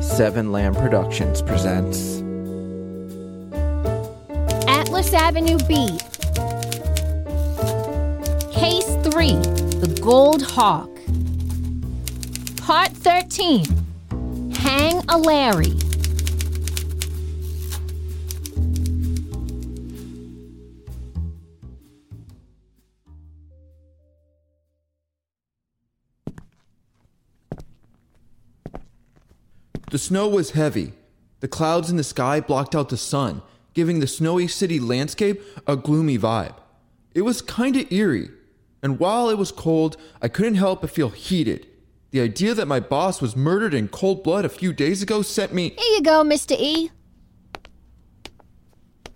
Seven Lamb Productions presents Atlas Avenue B. Case 3 The Gold Hawk. Part 13 Hang a Larry. The snow was heavy. The clouds in the sky blocked out the sun, giving the snowy city landscape a gloomy vibe. It was kinda eerie, and while it was cold, I couldn't help but feel heated. The idea that my boss was murdered in cold blood a few days ago sent me. Here you go, Mr. E.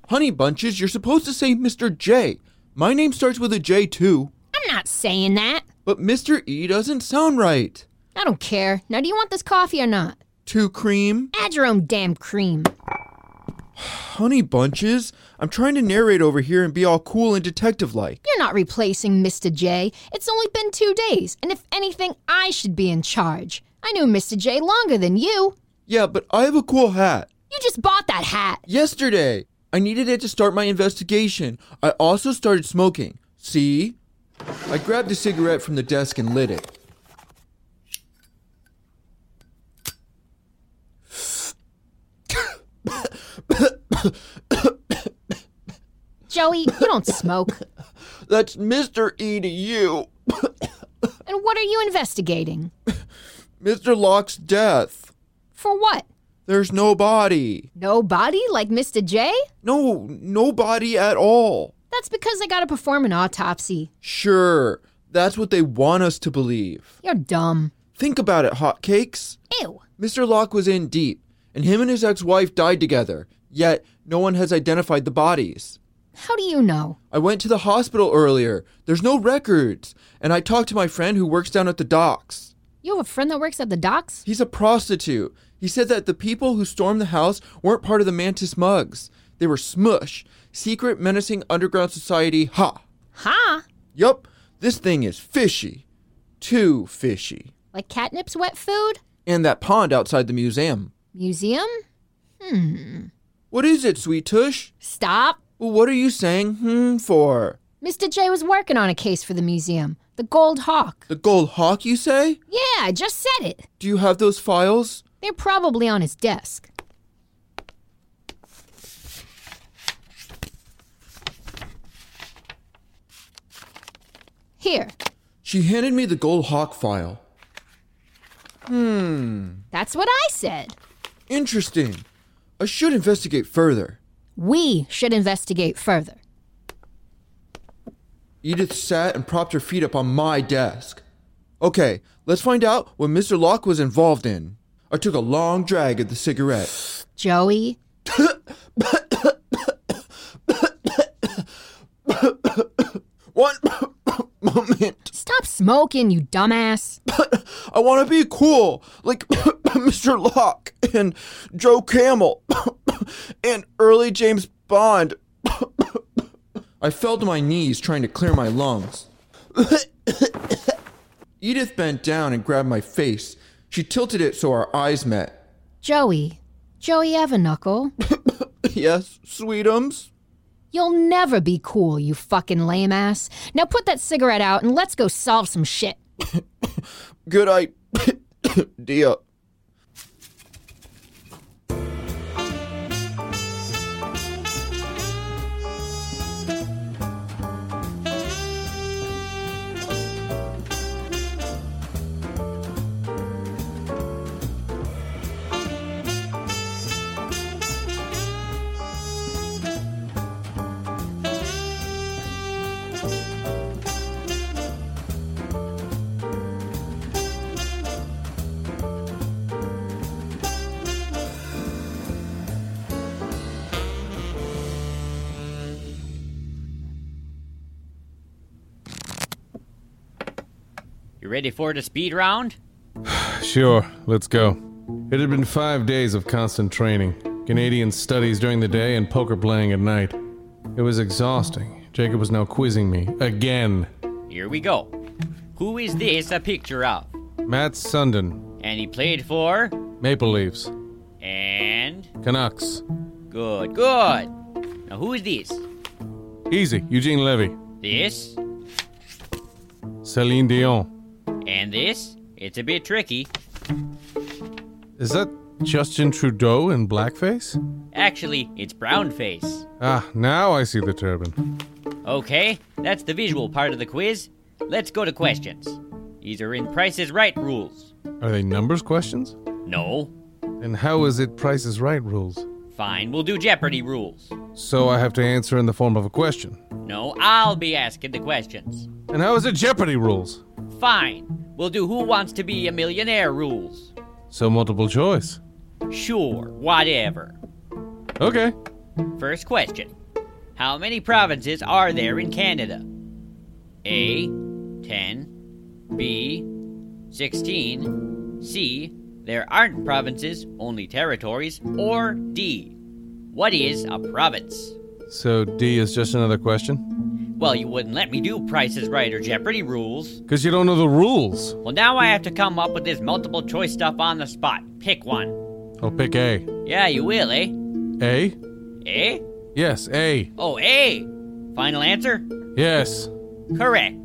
Honey bunches, you're supposed to say Mr. J. My name starts with a J too, I'm not saying that. but Mr. E doesn't sound right. I don't care. Now, do you want this coffee or not? Two cream? Add your own damn cream. Honey bunches? I'm trying to narrate over here and be all cool and detective like. You're not replacing Mr. J. It's only been two days, and if anything, I should be in charge. I knew Mr. J longer than you. Yeah, but I have a cool hat. You just bought that hat. Yesterday, I needed it to start my investigation. I also started smoking. See? I grabbed a cigarette from the desk and lit it. Joey, you don't smoke. That's Mr. E to you. And what are you investigating? Mr. Locke's death. For what? There's no body. Nobody like Mr. J? No, no body at all. That's because they gotta perform an autopsy. Sure, that's what they want us to believe. You're dumb. Think about it, hotcakes. Ew. Mr. Locke was in deep, and him and his ex wife died together, yet, no one has identified the bodies. How do you know? I went to the hospital earlier. There's no records. And I talked to my friend who works down at the docks. You have a friend that works at the docks? He's a prostitute. He said that the people who stormed the house weren't part of the Mantis Mugs. They were Smush, secret menacing underground society. Ha! Huh? Yup, this thing is fishy. Too fishy. Like catnip's wet food? And that pond outside the museum. Museum? Hmm. What is it, sweet tush? Stop. What are you saying hmm for? Mr. J was working on a case for the museum. The Gold Hawk. The gold hawk, you say? Yeah, I just said it. Do you have those files? They're probably on his desk. Here, She handed me the gold hawk file. Hmm. that's what I said. Interesting. I should investigate further. We should investigate further. Edith sat and propped her feet up on my desk. Okay, let's find out what Mr. Locke was involved in. I took a long drag of the cigarette. Joey, One moment. stop smoking, you dumbass. I want to be cool, like Mr. Locke and Joe Camel and early James Bond. I fell to my knees trying to clear my lungs. Edith bent down and grabbed my face. She tilted it so our eyes met. Joey, Joey Everknuckle, Yes, sweetums? you'll never be cool, you fucking lame ass. Now put that cigarette out and let's go solve some shit. Good idea. You ready for the speed round? Sure, let's go. It had been five days of constant training Canadian studies during the day and poker playing at night. It was exhausting. Jacob was now quizzing me again. Here we go. Who is this a picture of? Matt Sundin, And he played for Maple Leafs. And Canucks. good, good. Now who is this? Easy. Eugene Levy. This Celine Dion. and this. It's a bit tricky. Is that Justin Trudeau in blackface? Actually, it's brown face. Ah, now I see the turban. Okay, that's the visual part of the quiz. Let's go to questions. These are in Price is Right rules. Are they numbers questions? No. And how is it Price is Right rules? Fine, we'll do Jeopardy rules. So I have to answer in the form of a question. No, I'll be asking the questions. And how is it Jeopardy rules? Fine, we'll do Who Wants to Be a Millionaire rules. So multiple choice. Sure, whatever. Okay. First question How many provinces are there in Canada? A. 10. B. 16. C. There aren't provinces, only territories. Or D. What is a province? So D is just another question? Well, you wouldn't let me do Price's Right or Jeopardy rules. Because you don't know the rules. Well, now I have to come up with this multiple choice stuff on the spot. Pick one. I'll pick A. Yeah, you will, eh? A? Eh? Yes, A. Oh, A. Final answer? Yes. Correct.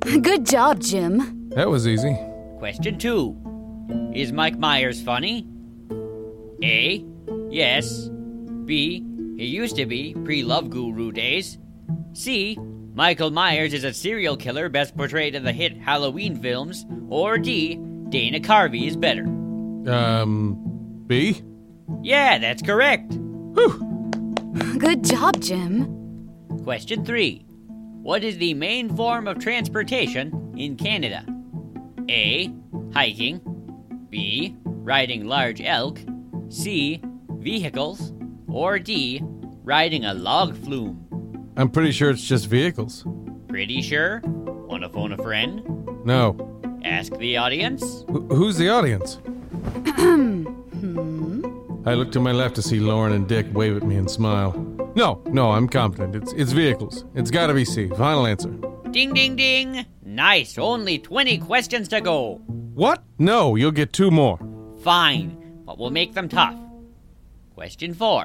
Good job, Jim. That was easy. Question two Is Mike Myers funny? A. Yes. B. He used to be, pre Love Guru days. C. Michael Myers is a serial killer best portrayed in the hit Halloween films. Or D. Dana Carvey is better. Um, B? Yeah, that's correct. Good job, Jim. Question 3. What is the main form of transportation in Canada? A. Hiking. B. Riding large elk. C. Vehicles. Or D. Riding a log flume. I'm pretty sure it's just vehicles. Pretty sure? Wanna phone a friend? No. Ask the audience? Wh- who's the audience? Hmm. I look to my left to see Lauren and Dick wave at me and smile. No, no, I'm confident. It's it's vehicles. It's gotta be C. Final answer. Ding ding ding! Nice, only 20 questions to go. What? No, you'll get two more. Fine, but we'll make them tough. Question 4.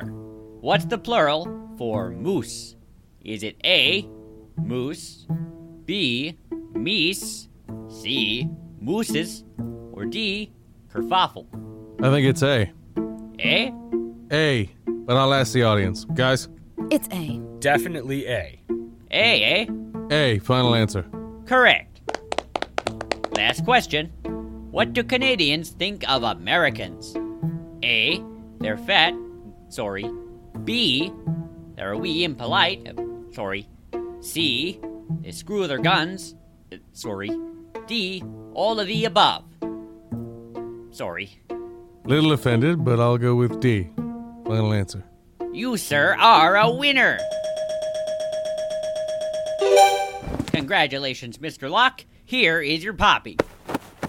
What's the plural for moose? Is it A, moose, B, meese, C, mooses, or D, kerfuffle? I think it's A. Eh? A. But I'll ask the audience. Guys, It's A. Definitely A. A, eh? A. Final answer. Correct. Last question. What do Canadians think of Americans? A. They're fat. Sorry. B. They're a wee impolite. uh, Sorry. C. They screw their guns. uh, Sorry. D. All of the above. Sorry. Little offended, but I'll go with D. Final answer. You, sir, are a winner! Congratulations, Mr. Locke. Here is your poppy.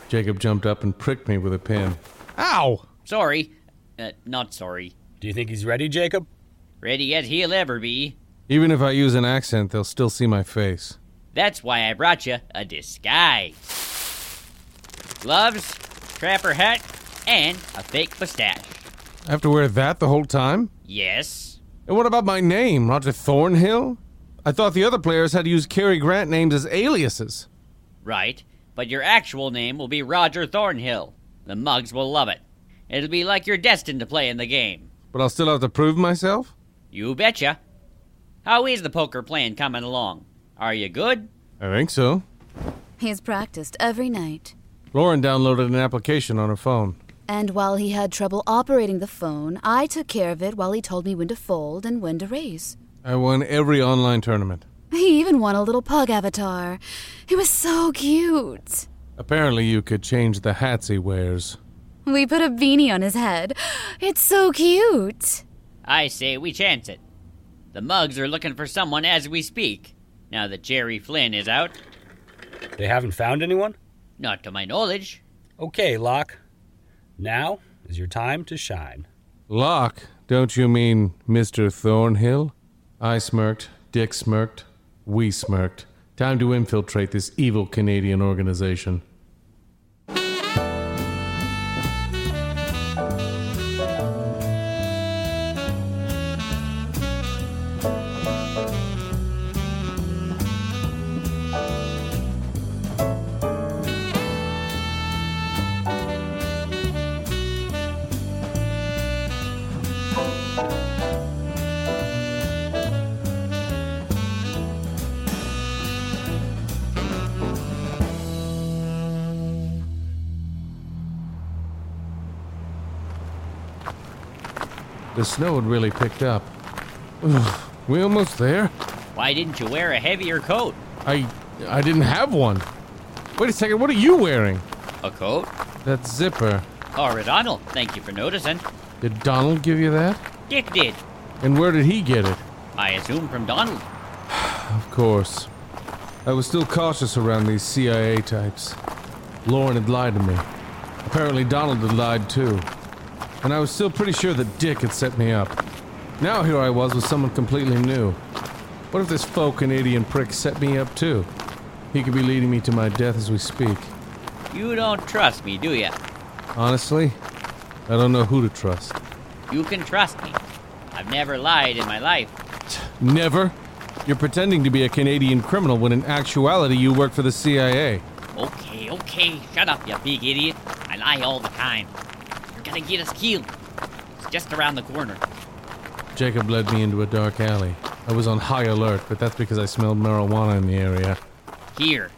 Jacob jumped up and pricked me with a pin. Ow! Sorry. Uh, not sorry. Do you think he's ready, Jacob? Ready as he'll ever be. Even if I use an accent, they'll still see my face. That's why I brought you a disguise. Gloves, trapper hat, and a fake mustache. I have to wear that the whole time? Yes. And what about my name, Roger Thornhill? I thought the other players had to use Cary Grant names as aliases. Right. But your actual name will be Roger Thornhill. The mugs will love it. It'll be like you're destined to play in the game. But I'll still have to prove myself? You betcha. How is the poker plan coming along? Are you good? I think so. He's practiced every night. Lauren downloaded an application on her phone. And while he had trouble operating the phone, I took care of it while he told me when to fold and when to raise. I won every online tournament. He even won a little pug avatar. He was so cute. Apparently, you could change the hats he wears. We put a beanie on his head. It's so cute. I say we chance it. The mugs are looking for someone as we speak. Now that Jerry Flynn is out, They haven't found anyone? not to my knowledge. Okay, Locke. Now is your time to shine. Locke, don't you mean Mr. Thornhill? I smirked, Dick smirked, we smirked. Time to infiltrate this evil Canadian organization. The snow had really picked up. Ugh, we almost there? Why didn't you wear a heavier coat? I I didn't have one. Wait a second, what are you wearing? A coat? That zipper. Or a Donald, thank you for noticing. Did Donald give you that? Dick did. And where did he get it? I assume from Donald. Of course. I was still cautious around these CIA types. Lauren had lied to me. Apparently, Donald had lied too. And I was still pretty sure that Dick had set me up. Now here I was with someone completely new. What if this faux Canadian prick set me up too? He could be leading me to my death as we speak. You don't trust me, do ya? Honestly, I don't know who to trust. You can trust me. I've never lied in my life. Never? You're pretending to be a Canadian criminal when in actuality you work for the CIA. Okay, okay, shut up, you big idiot. I lie all the time. You're gonna get us killed. It's just around the corner. Jacob led me into a dark alley. I was on high alert, but that's because I smelled marijuana in the area. Here.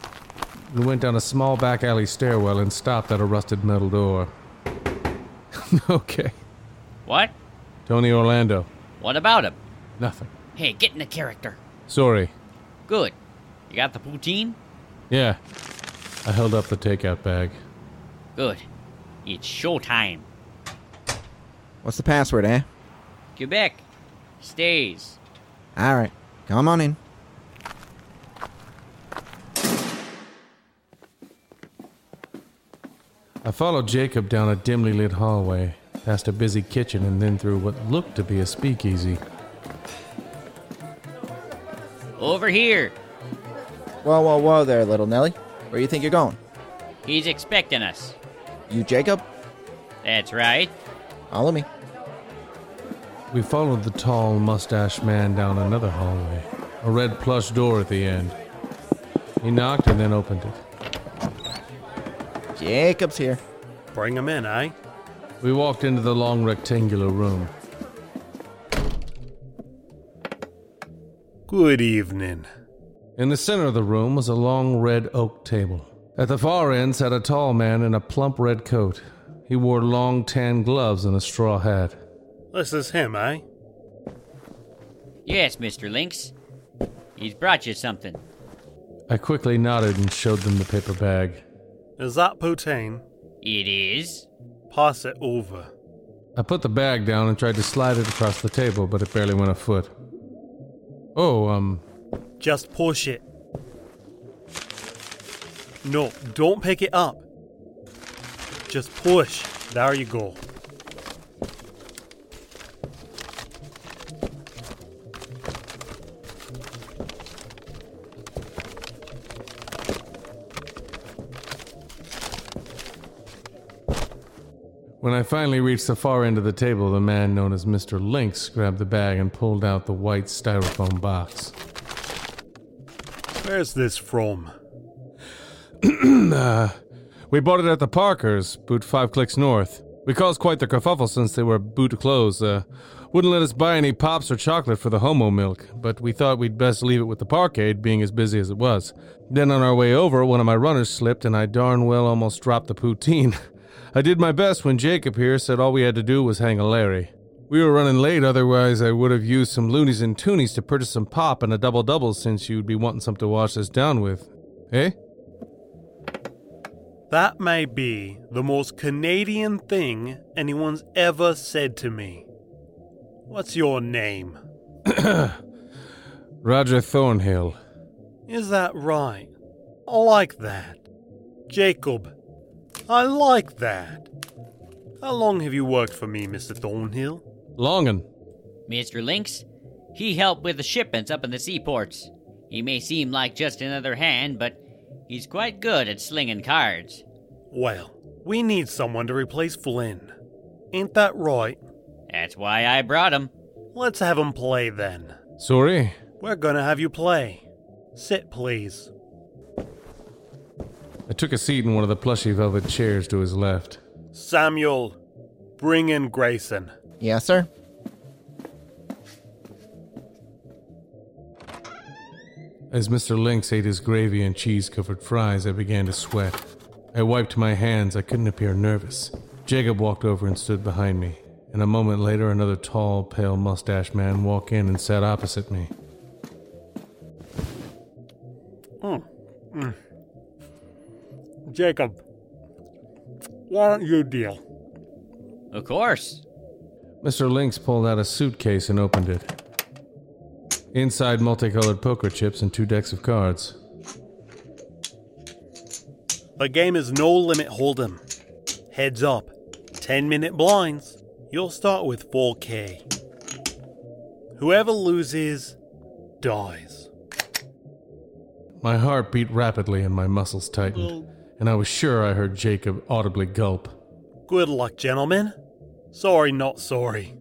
We went down a small back alley stairwell and stopped at a rusted metal door. okay. What? Tony Orlando. What about him? Nothing. Hey, get into character. Sorry. Good. You got the poutine? Yeah. I held up the takeout bag. Good. It's showtime. What's the password, eh? Quebec stays. All right, come on in. I followed Jacob down a dimly lit hallway, past a busy kitchen, and then through what looked to be a speakeasy. Over here. Whoa, whoa, whoa there, little Nelly. Where do you think you're going? He's expecting us. You, Jacob? That's right. Follow me. We followed the tall, mustached man down another hallway, a red plush door at the end. He knocked and then opened it. Jacob's here. Bring him in, eh? We walked into the long rectangular room. Good evening. In the center of the room was a long red oak table. At the far end sat a tall man in a plump red coat. He wore long tan gloves and a straw hat. This is him, eh? Yes, Mr. Lynx. He's brought you something. I quickly nodded and showed them the paper bag. Is that poutine? It is. Pass it over. I put the bag down and tried to slide it across the table, but it barely went a foot. Oh, um, Just push it. No, don't pick it up. Just push. There you go. When I finally reached the far end of the table, the man known as Mr. Lynx grabbed the bag and pulled out the white styrofoam box. Where's this from? Uh, We bought it at the Parkers, boot five clicks north. We caused quite the kerfuffle since they were boot closed. Uh, wouldn't let us buy any pops or chocolate for the homo milk, but we thought we'd best leave it with the parkade, being as busy as it was. Then on our way over, one of my runners slipped, and I darn well almost dropped the poutine. I did my best when Jacob here said all we had to do was hang a Larry. We were running late, otherwise I would have used some loonies and toonies to purchase some pop and a double double, since you'd be wanting something to wash us down with, eh? That may be the most Canadian thing anyone's ever said to me. What's your name? Roger Thornhill. Is that right? I like that. Jacob, I like that. How long have you worked for me, Mr. Thornhill? Longan. Mr. Lynx, he helped with the shipments up in the seaports. He may seem like just another hand, but he's quite good at slinging cards. Well, we need someone to replace Flynn. Ain't that right? That's why I brought him. Let's have him play then. Sorry. We're gonna have you play. Sit, please. I took a seat in one of the plushy velvet chairs to his left. Samuel, bring in Grayson. Yes, sir. As Mr. Lynx ate his gravy and cheese covered fries, I began to sweat. I wiped my hands. I couldn't appear nervous. Jacob walked over and stood behind me. and a moment later, another tall, pale mustached man walked in and sat opposite me. Mm. Jacob, why don't you deal? Of course. Mr. Lynx pulled out a suitcase and opened it. Inside, multicolored poker chips and two decks of cards. The game is no limit hold'em. Heads up. 10 minute blinds. You'll start with 4K. Whoever loses dies. My heart beat rapidly and my muscles tightened, and I was sure I heard Jacob audibly gulp. Good luck, gentlemen. Sorry, not sorry.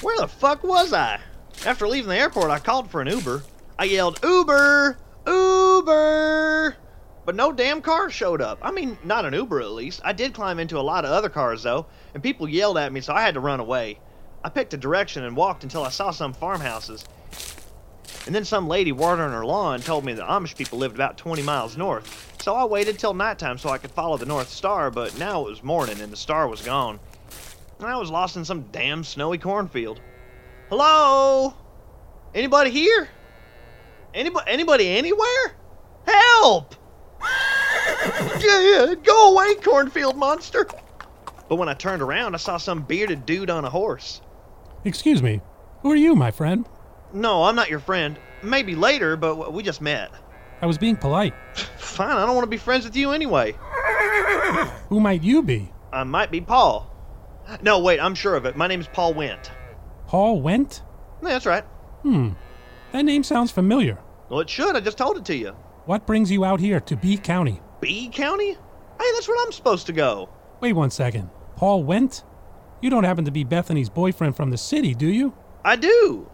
Where the fuck was I? After leaving the airport, I called for an Uber. I yelled, Uber! Uber! But no damn car showed up. I mean, not an Uber at least. I did climb into a lot of other cars though, and people yelled at me, so I had to run away. I picked a direction and walked until I saw some farmhouses. And then some lady watering her lawn told me the Amish people lived about 20 miles north. So I waited till nighttime so I could follow the North Star, but now it was morning and the star was gone. And I was lost in some damn snowy cornfield. Hello? Anybody here? Anybody, anybody anywhere? Help! Yeah, yeah, Go away, cornfield monster! But when I turned around, I saw some bearded dude on a horse. Excuse me. Who are you, my friend? No, I'm not your friend. Maybe later, but w- we just met. I was being polite. Fine, I don't want to be friends with you anyway. Who might you be? I might be Paul. No, wait, I'm sure of it. My name's Paul Wendt. Paul Went? Yeah, that's right. That name sounds familiar. Well, it should. I just told it to you. What brings you out here to B County? B County? Hey, that's where I'm supposed to go. Wait one second. Paul Went? You don't happen to be Bethany's boyfriend from the city, do you? I do.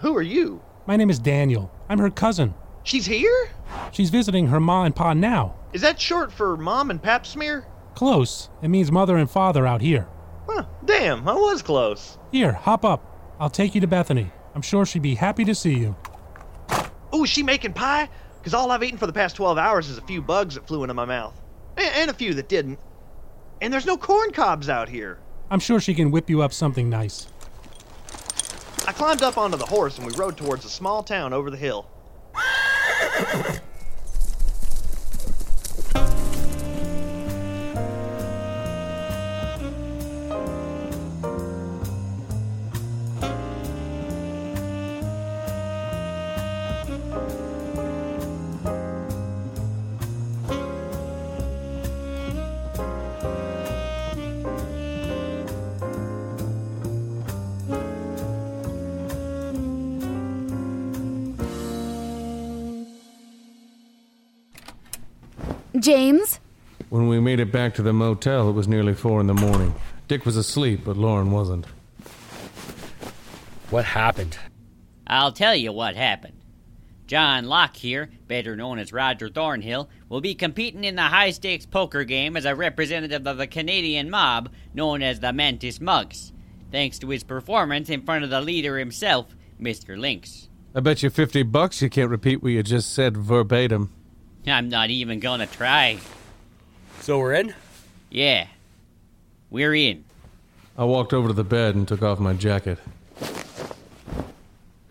Who are you? My name is Daniel. I'm her cousin. She's here? She's visiting her ma and pa now. Is that short for mom and pap smear? Close. It means mother and father out here. Huh, damn, I was close. Here, hop up. I'll take you to Bethany. I'm sure she'd be happy to see you. Ooh, is she making pie? 'Cause all I've eaten for the past 12 hours is a few bugs that flew into my mouth. And, and a few that didn't. And there's no corn cobs out here. I'm sure she can whip you up something nice. I climbed up onto the horse and we rode towards a small town over the hill. James? When we made it back to the motel, it was nearly four in the morning. Dick was asleep, but Lauren wasn't. What happened? I'll tell you what happened. John Locke here, better known as Roger Thornhill, will be competing in the high stakes poker game as a representative of the Canadian mob known as the Mantis Mugs, thanks to his performance in front of the leader himself, Mr. Lynx. I bet you 50 bucks you can't repeat what you just said verbatim. I'm not even gonna try. So we're in? Yeah. We're in. I walked over to the bed and took off my jacket.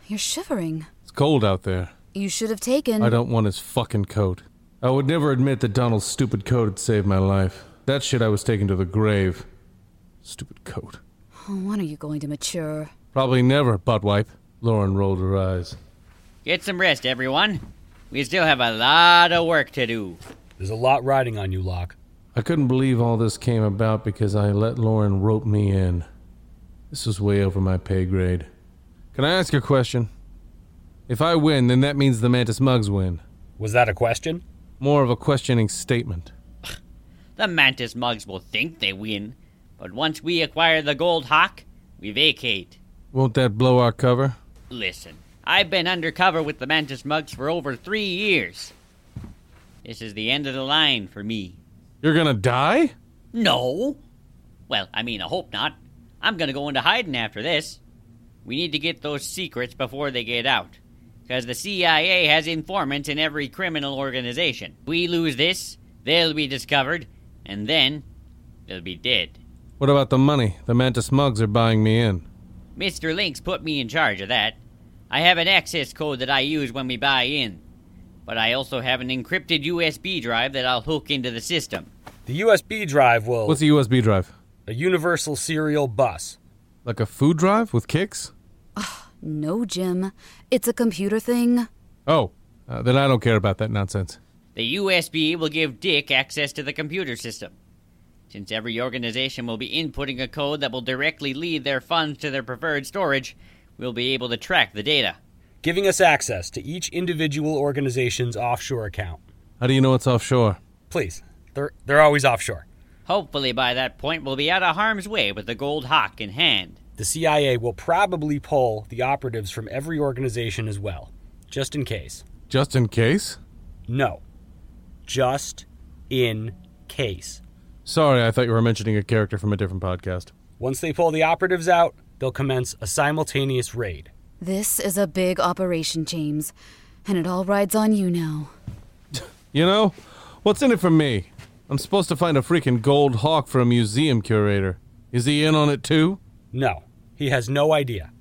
You're shivering. It's cold out there. You should have taken. I don't want his fucking coat. I would never admit that Donald's stupid coat had saved my life. That shit I was taking to the grave. Stupid coat. Oh, when are you going to mature? Probably never, butt wipe. Lauren rolled her eyes. Get some rest, everyone. We still have a lot of work to do. There's a lot riding on you, Locke. I couldn't believe all this came about because I let Lauren rope me in. This was way over my pay grade. Can I ask a question? If I win, then that means the Mantis Mugs win. Was that a question? More of a questioning statement. The Mantis Mugs will think they win, but once we acquire the Gold Hawk, we vacate. Won't that blow our cover? Listen, I've been undercover with the Mantis Mugs for over three years. This is the end of the line for me. You're gonna die? No. Well, I mean, I hope not. I'm gonna go into hiding after this. We need to get those secrets before they get out. Because the CIA has informants in every criminal organization. We lose this, they'll be discovered, and then they'll be dead. What about the money the Mantis mugs are buying me in? Mr. Lynx put me in charge of that. I have an access code that I use when we buy in. But I also have an encrypted USB drive that I'll hook into the system. The USB drive will. What's a USB drive? a universal serial bus. Like a food drive with kicks? No, Jim. It's a computer thing. Oh, uh, then I don't care about that nonsense. The USB will give Dick access to the computer system. Since every organization will be inputting a code that will directly lead their funds to their preferred storage, we'll be able to track the data. giving us access to each individual organization's offshore account. How do you know it's offshore? Please, they're they're always offshore. Hopefully, by that point, we'll be out of harm's way with the gold hawk in hand. The CIA will probably pull the operatives from every organization as well, just in case. Just in case? No. Just in case. Sorry, I thought you were mentioning a character from a different podcast. Once they pull the operatives out, they'll commence a simultaneous raid. This is a big operation, James, and it all rides on you now. You know, what's in it for me? I'm supposed to find a freaking gold hawk for a museum curator. Is he in on it too? No, he has no idea.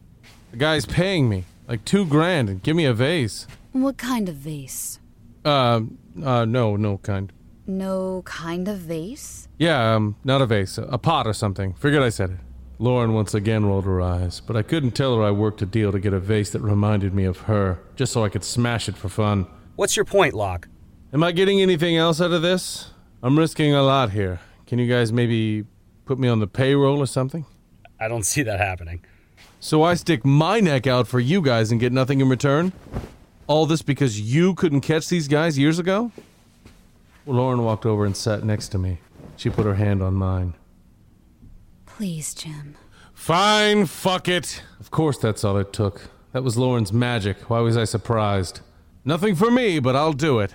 The guy's paying me like two grand and give me a vase. What kind of vase? Uh, uh, no, no kind. No kind of vase? Yeah, um, not a vase, a pot or something. Figured I said it. Lauren once again rolled her eyes, but I couldn't tell her I worked a deal to get a vase that reminded me of her, just so I could smash it for fun. What's your point, Locke? Am I getting anything else out of this? I'm risking a lot here. Can you guys maybe put me on the payroll or something? I don't see that happening. So I stick my neck out for you guys and get nothing in return? All this because you couldn't catch these guys years ago? Lauren walked over and sat next to me. She put her hand on mine. Please, Jim. Fine, fuck it. Of course, that's all it took. That was Lauren's magic. Why was I surprised? Nothing for me, but I'll do it.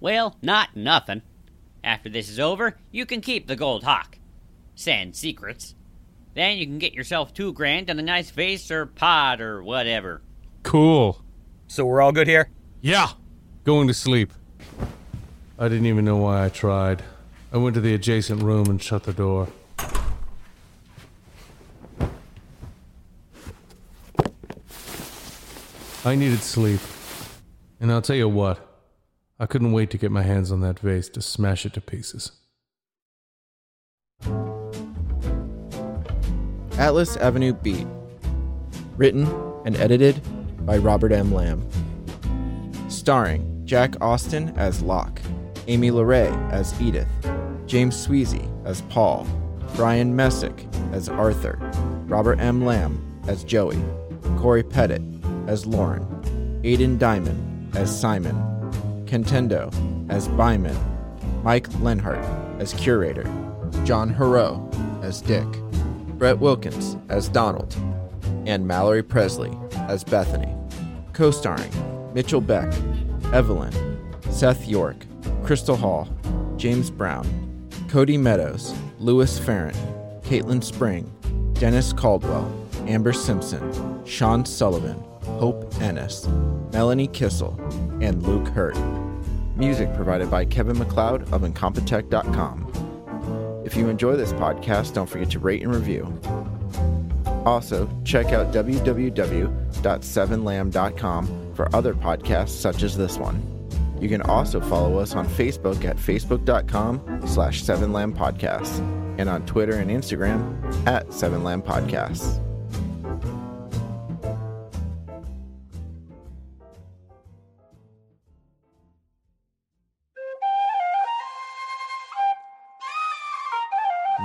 Well, not nothing. After this is over, you can keep the gold hawk. Send secrets. Then you can get yourself two grand and a nice vase or pot or whatever. Cool. So we're all good here? Yeah. Going to sleep. I didn't even know why I tried. I went to the adjacent room and shut the door. I needed sleep. And I'll tell you what, I couldn't wait to get my hands on that vase to smash it to pieces. Atlas Avenue Beat. Written and edited by Robert M. Lamb. Starring Jack Austin as Locke, Amy LeRae as Edith, James Sweezy as Paul, Brian Messick as Arthur, Robert M. Lamb as Joey, Corey Pettit as Lauren, Aidan Diamond as Simon, Contendo as Byman, Mike Lenhart as Curator, John Hero as Dick, Brett Wilkins as Donald, and Mallory Presley as Bethany. Co starring Mitchell Beck, Evelyn, Seth York, Crystal Hall, James Brown, Cody Meadows, Lewis Ferrant, Caitlin Spring, Dennis Caldwell, Amber Simpson, Sean Sullivan, Hope Ennis, Melanie Kissel, and Luke Hurt. Music provided by Kevin McLeod of Incompetech.com. If you enjoy this podcast, don't forget to rate and review. Also, check out www.sevenlam.com for other podcasts such as this one. You can also follow us on Facebook at facebook.com slash 7lam podcasts and on Twitter and Instagram at 7lam podcasts.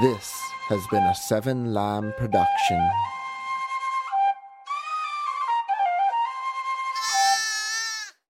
This has been a Seven Lamb production.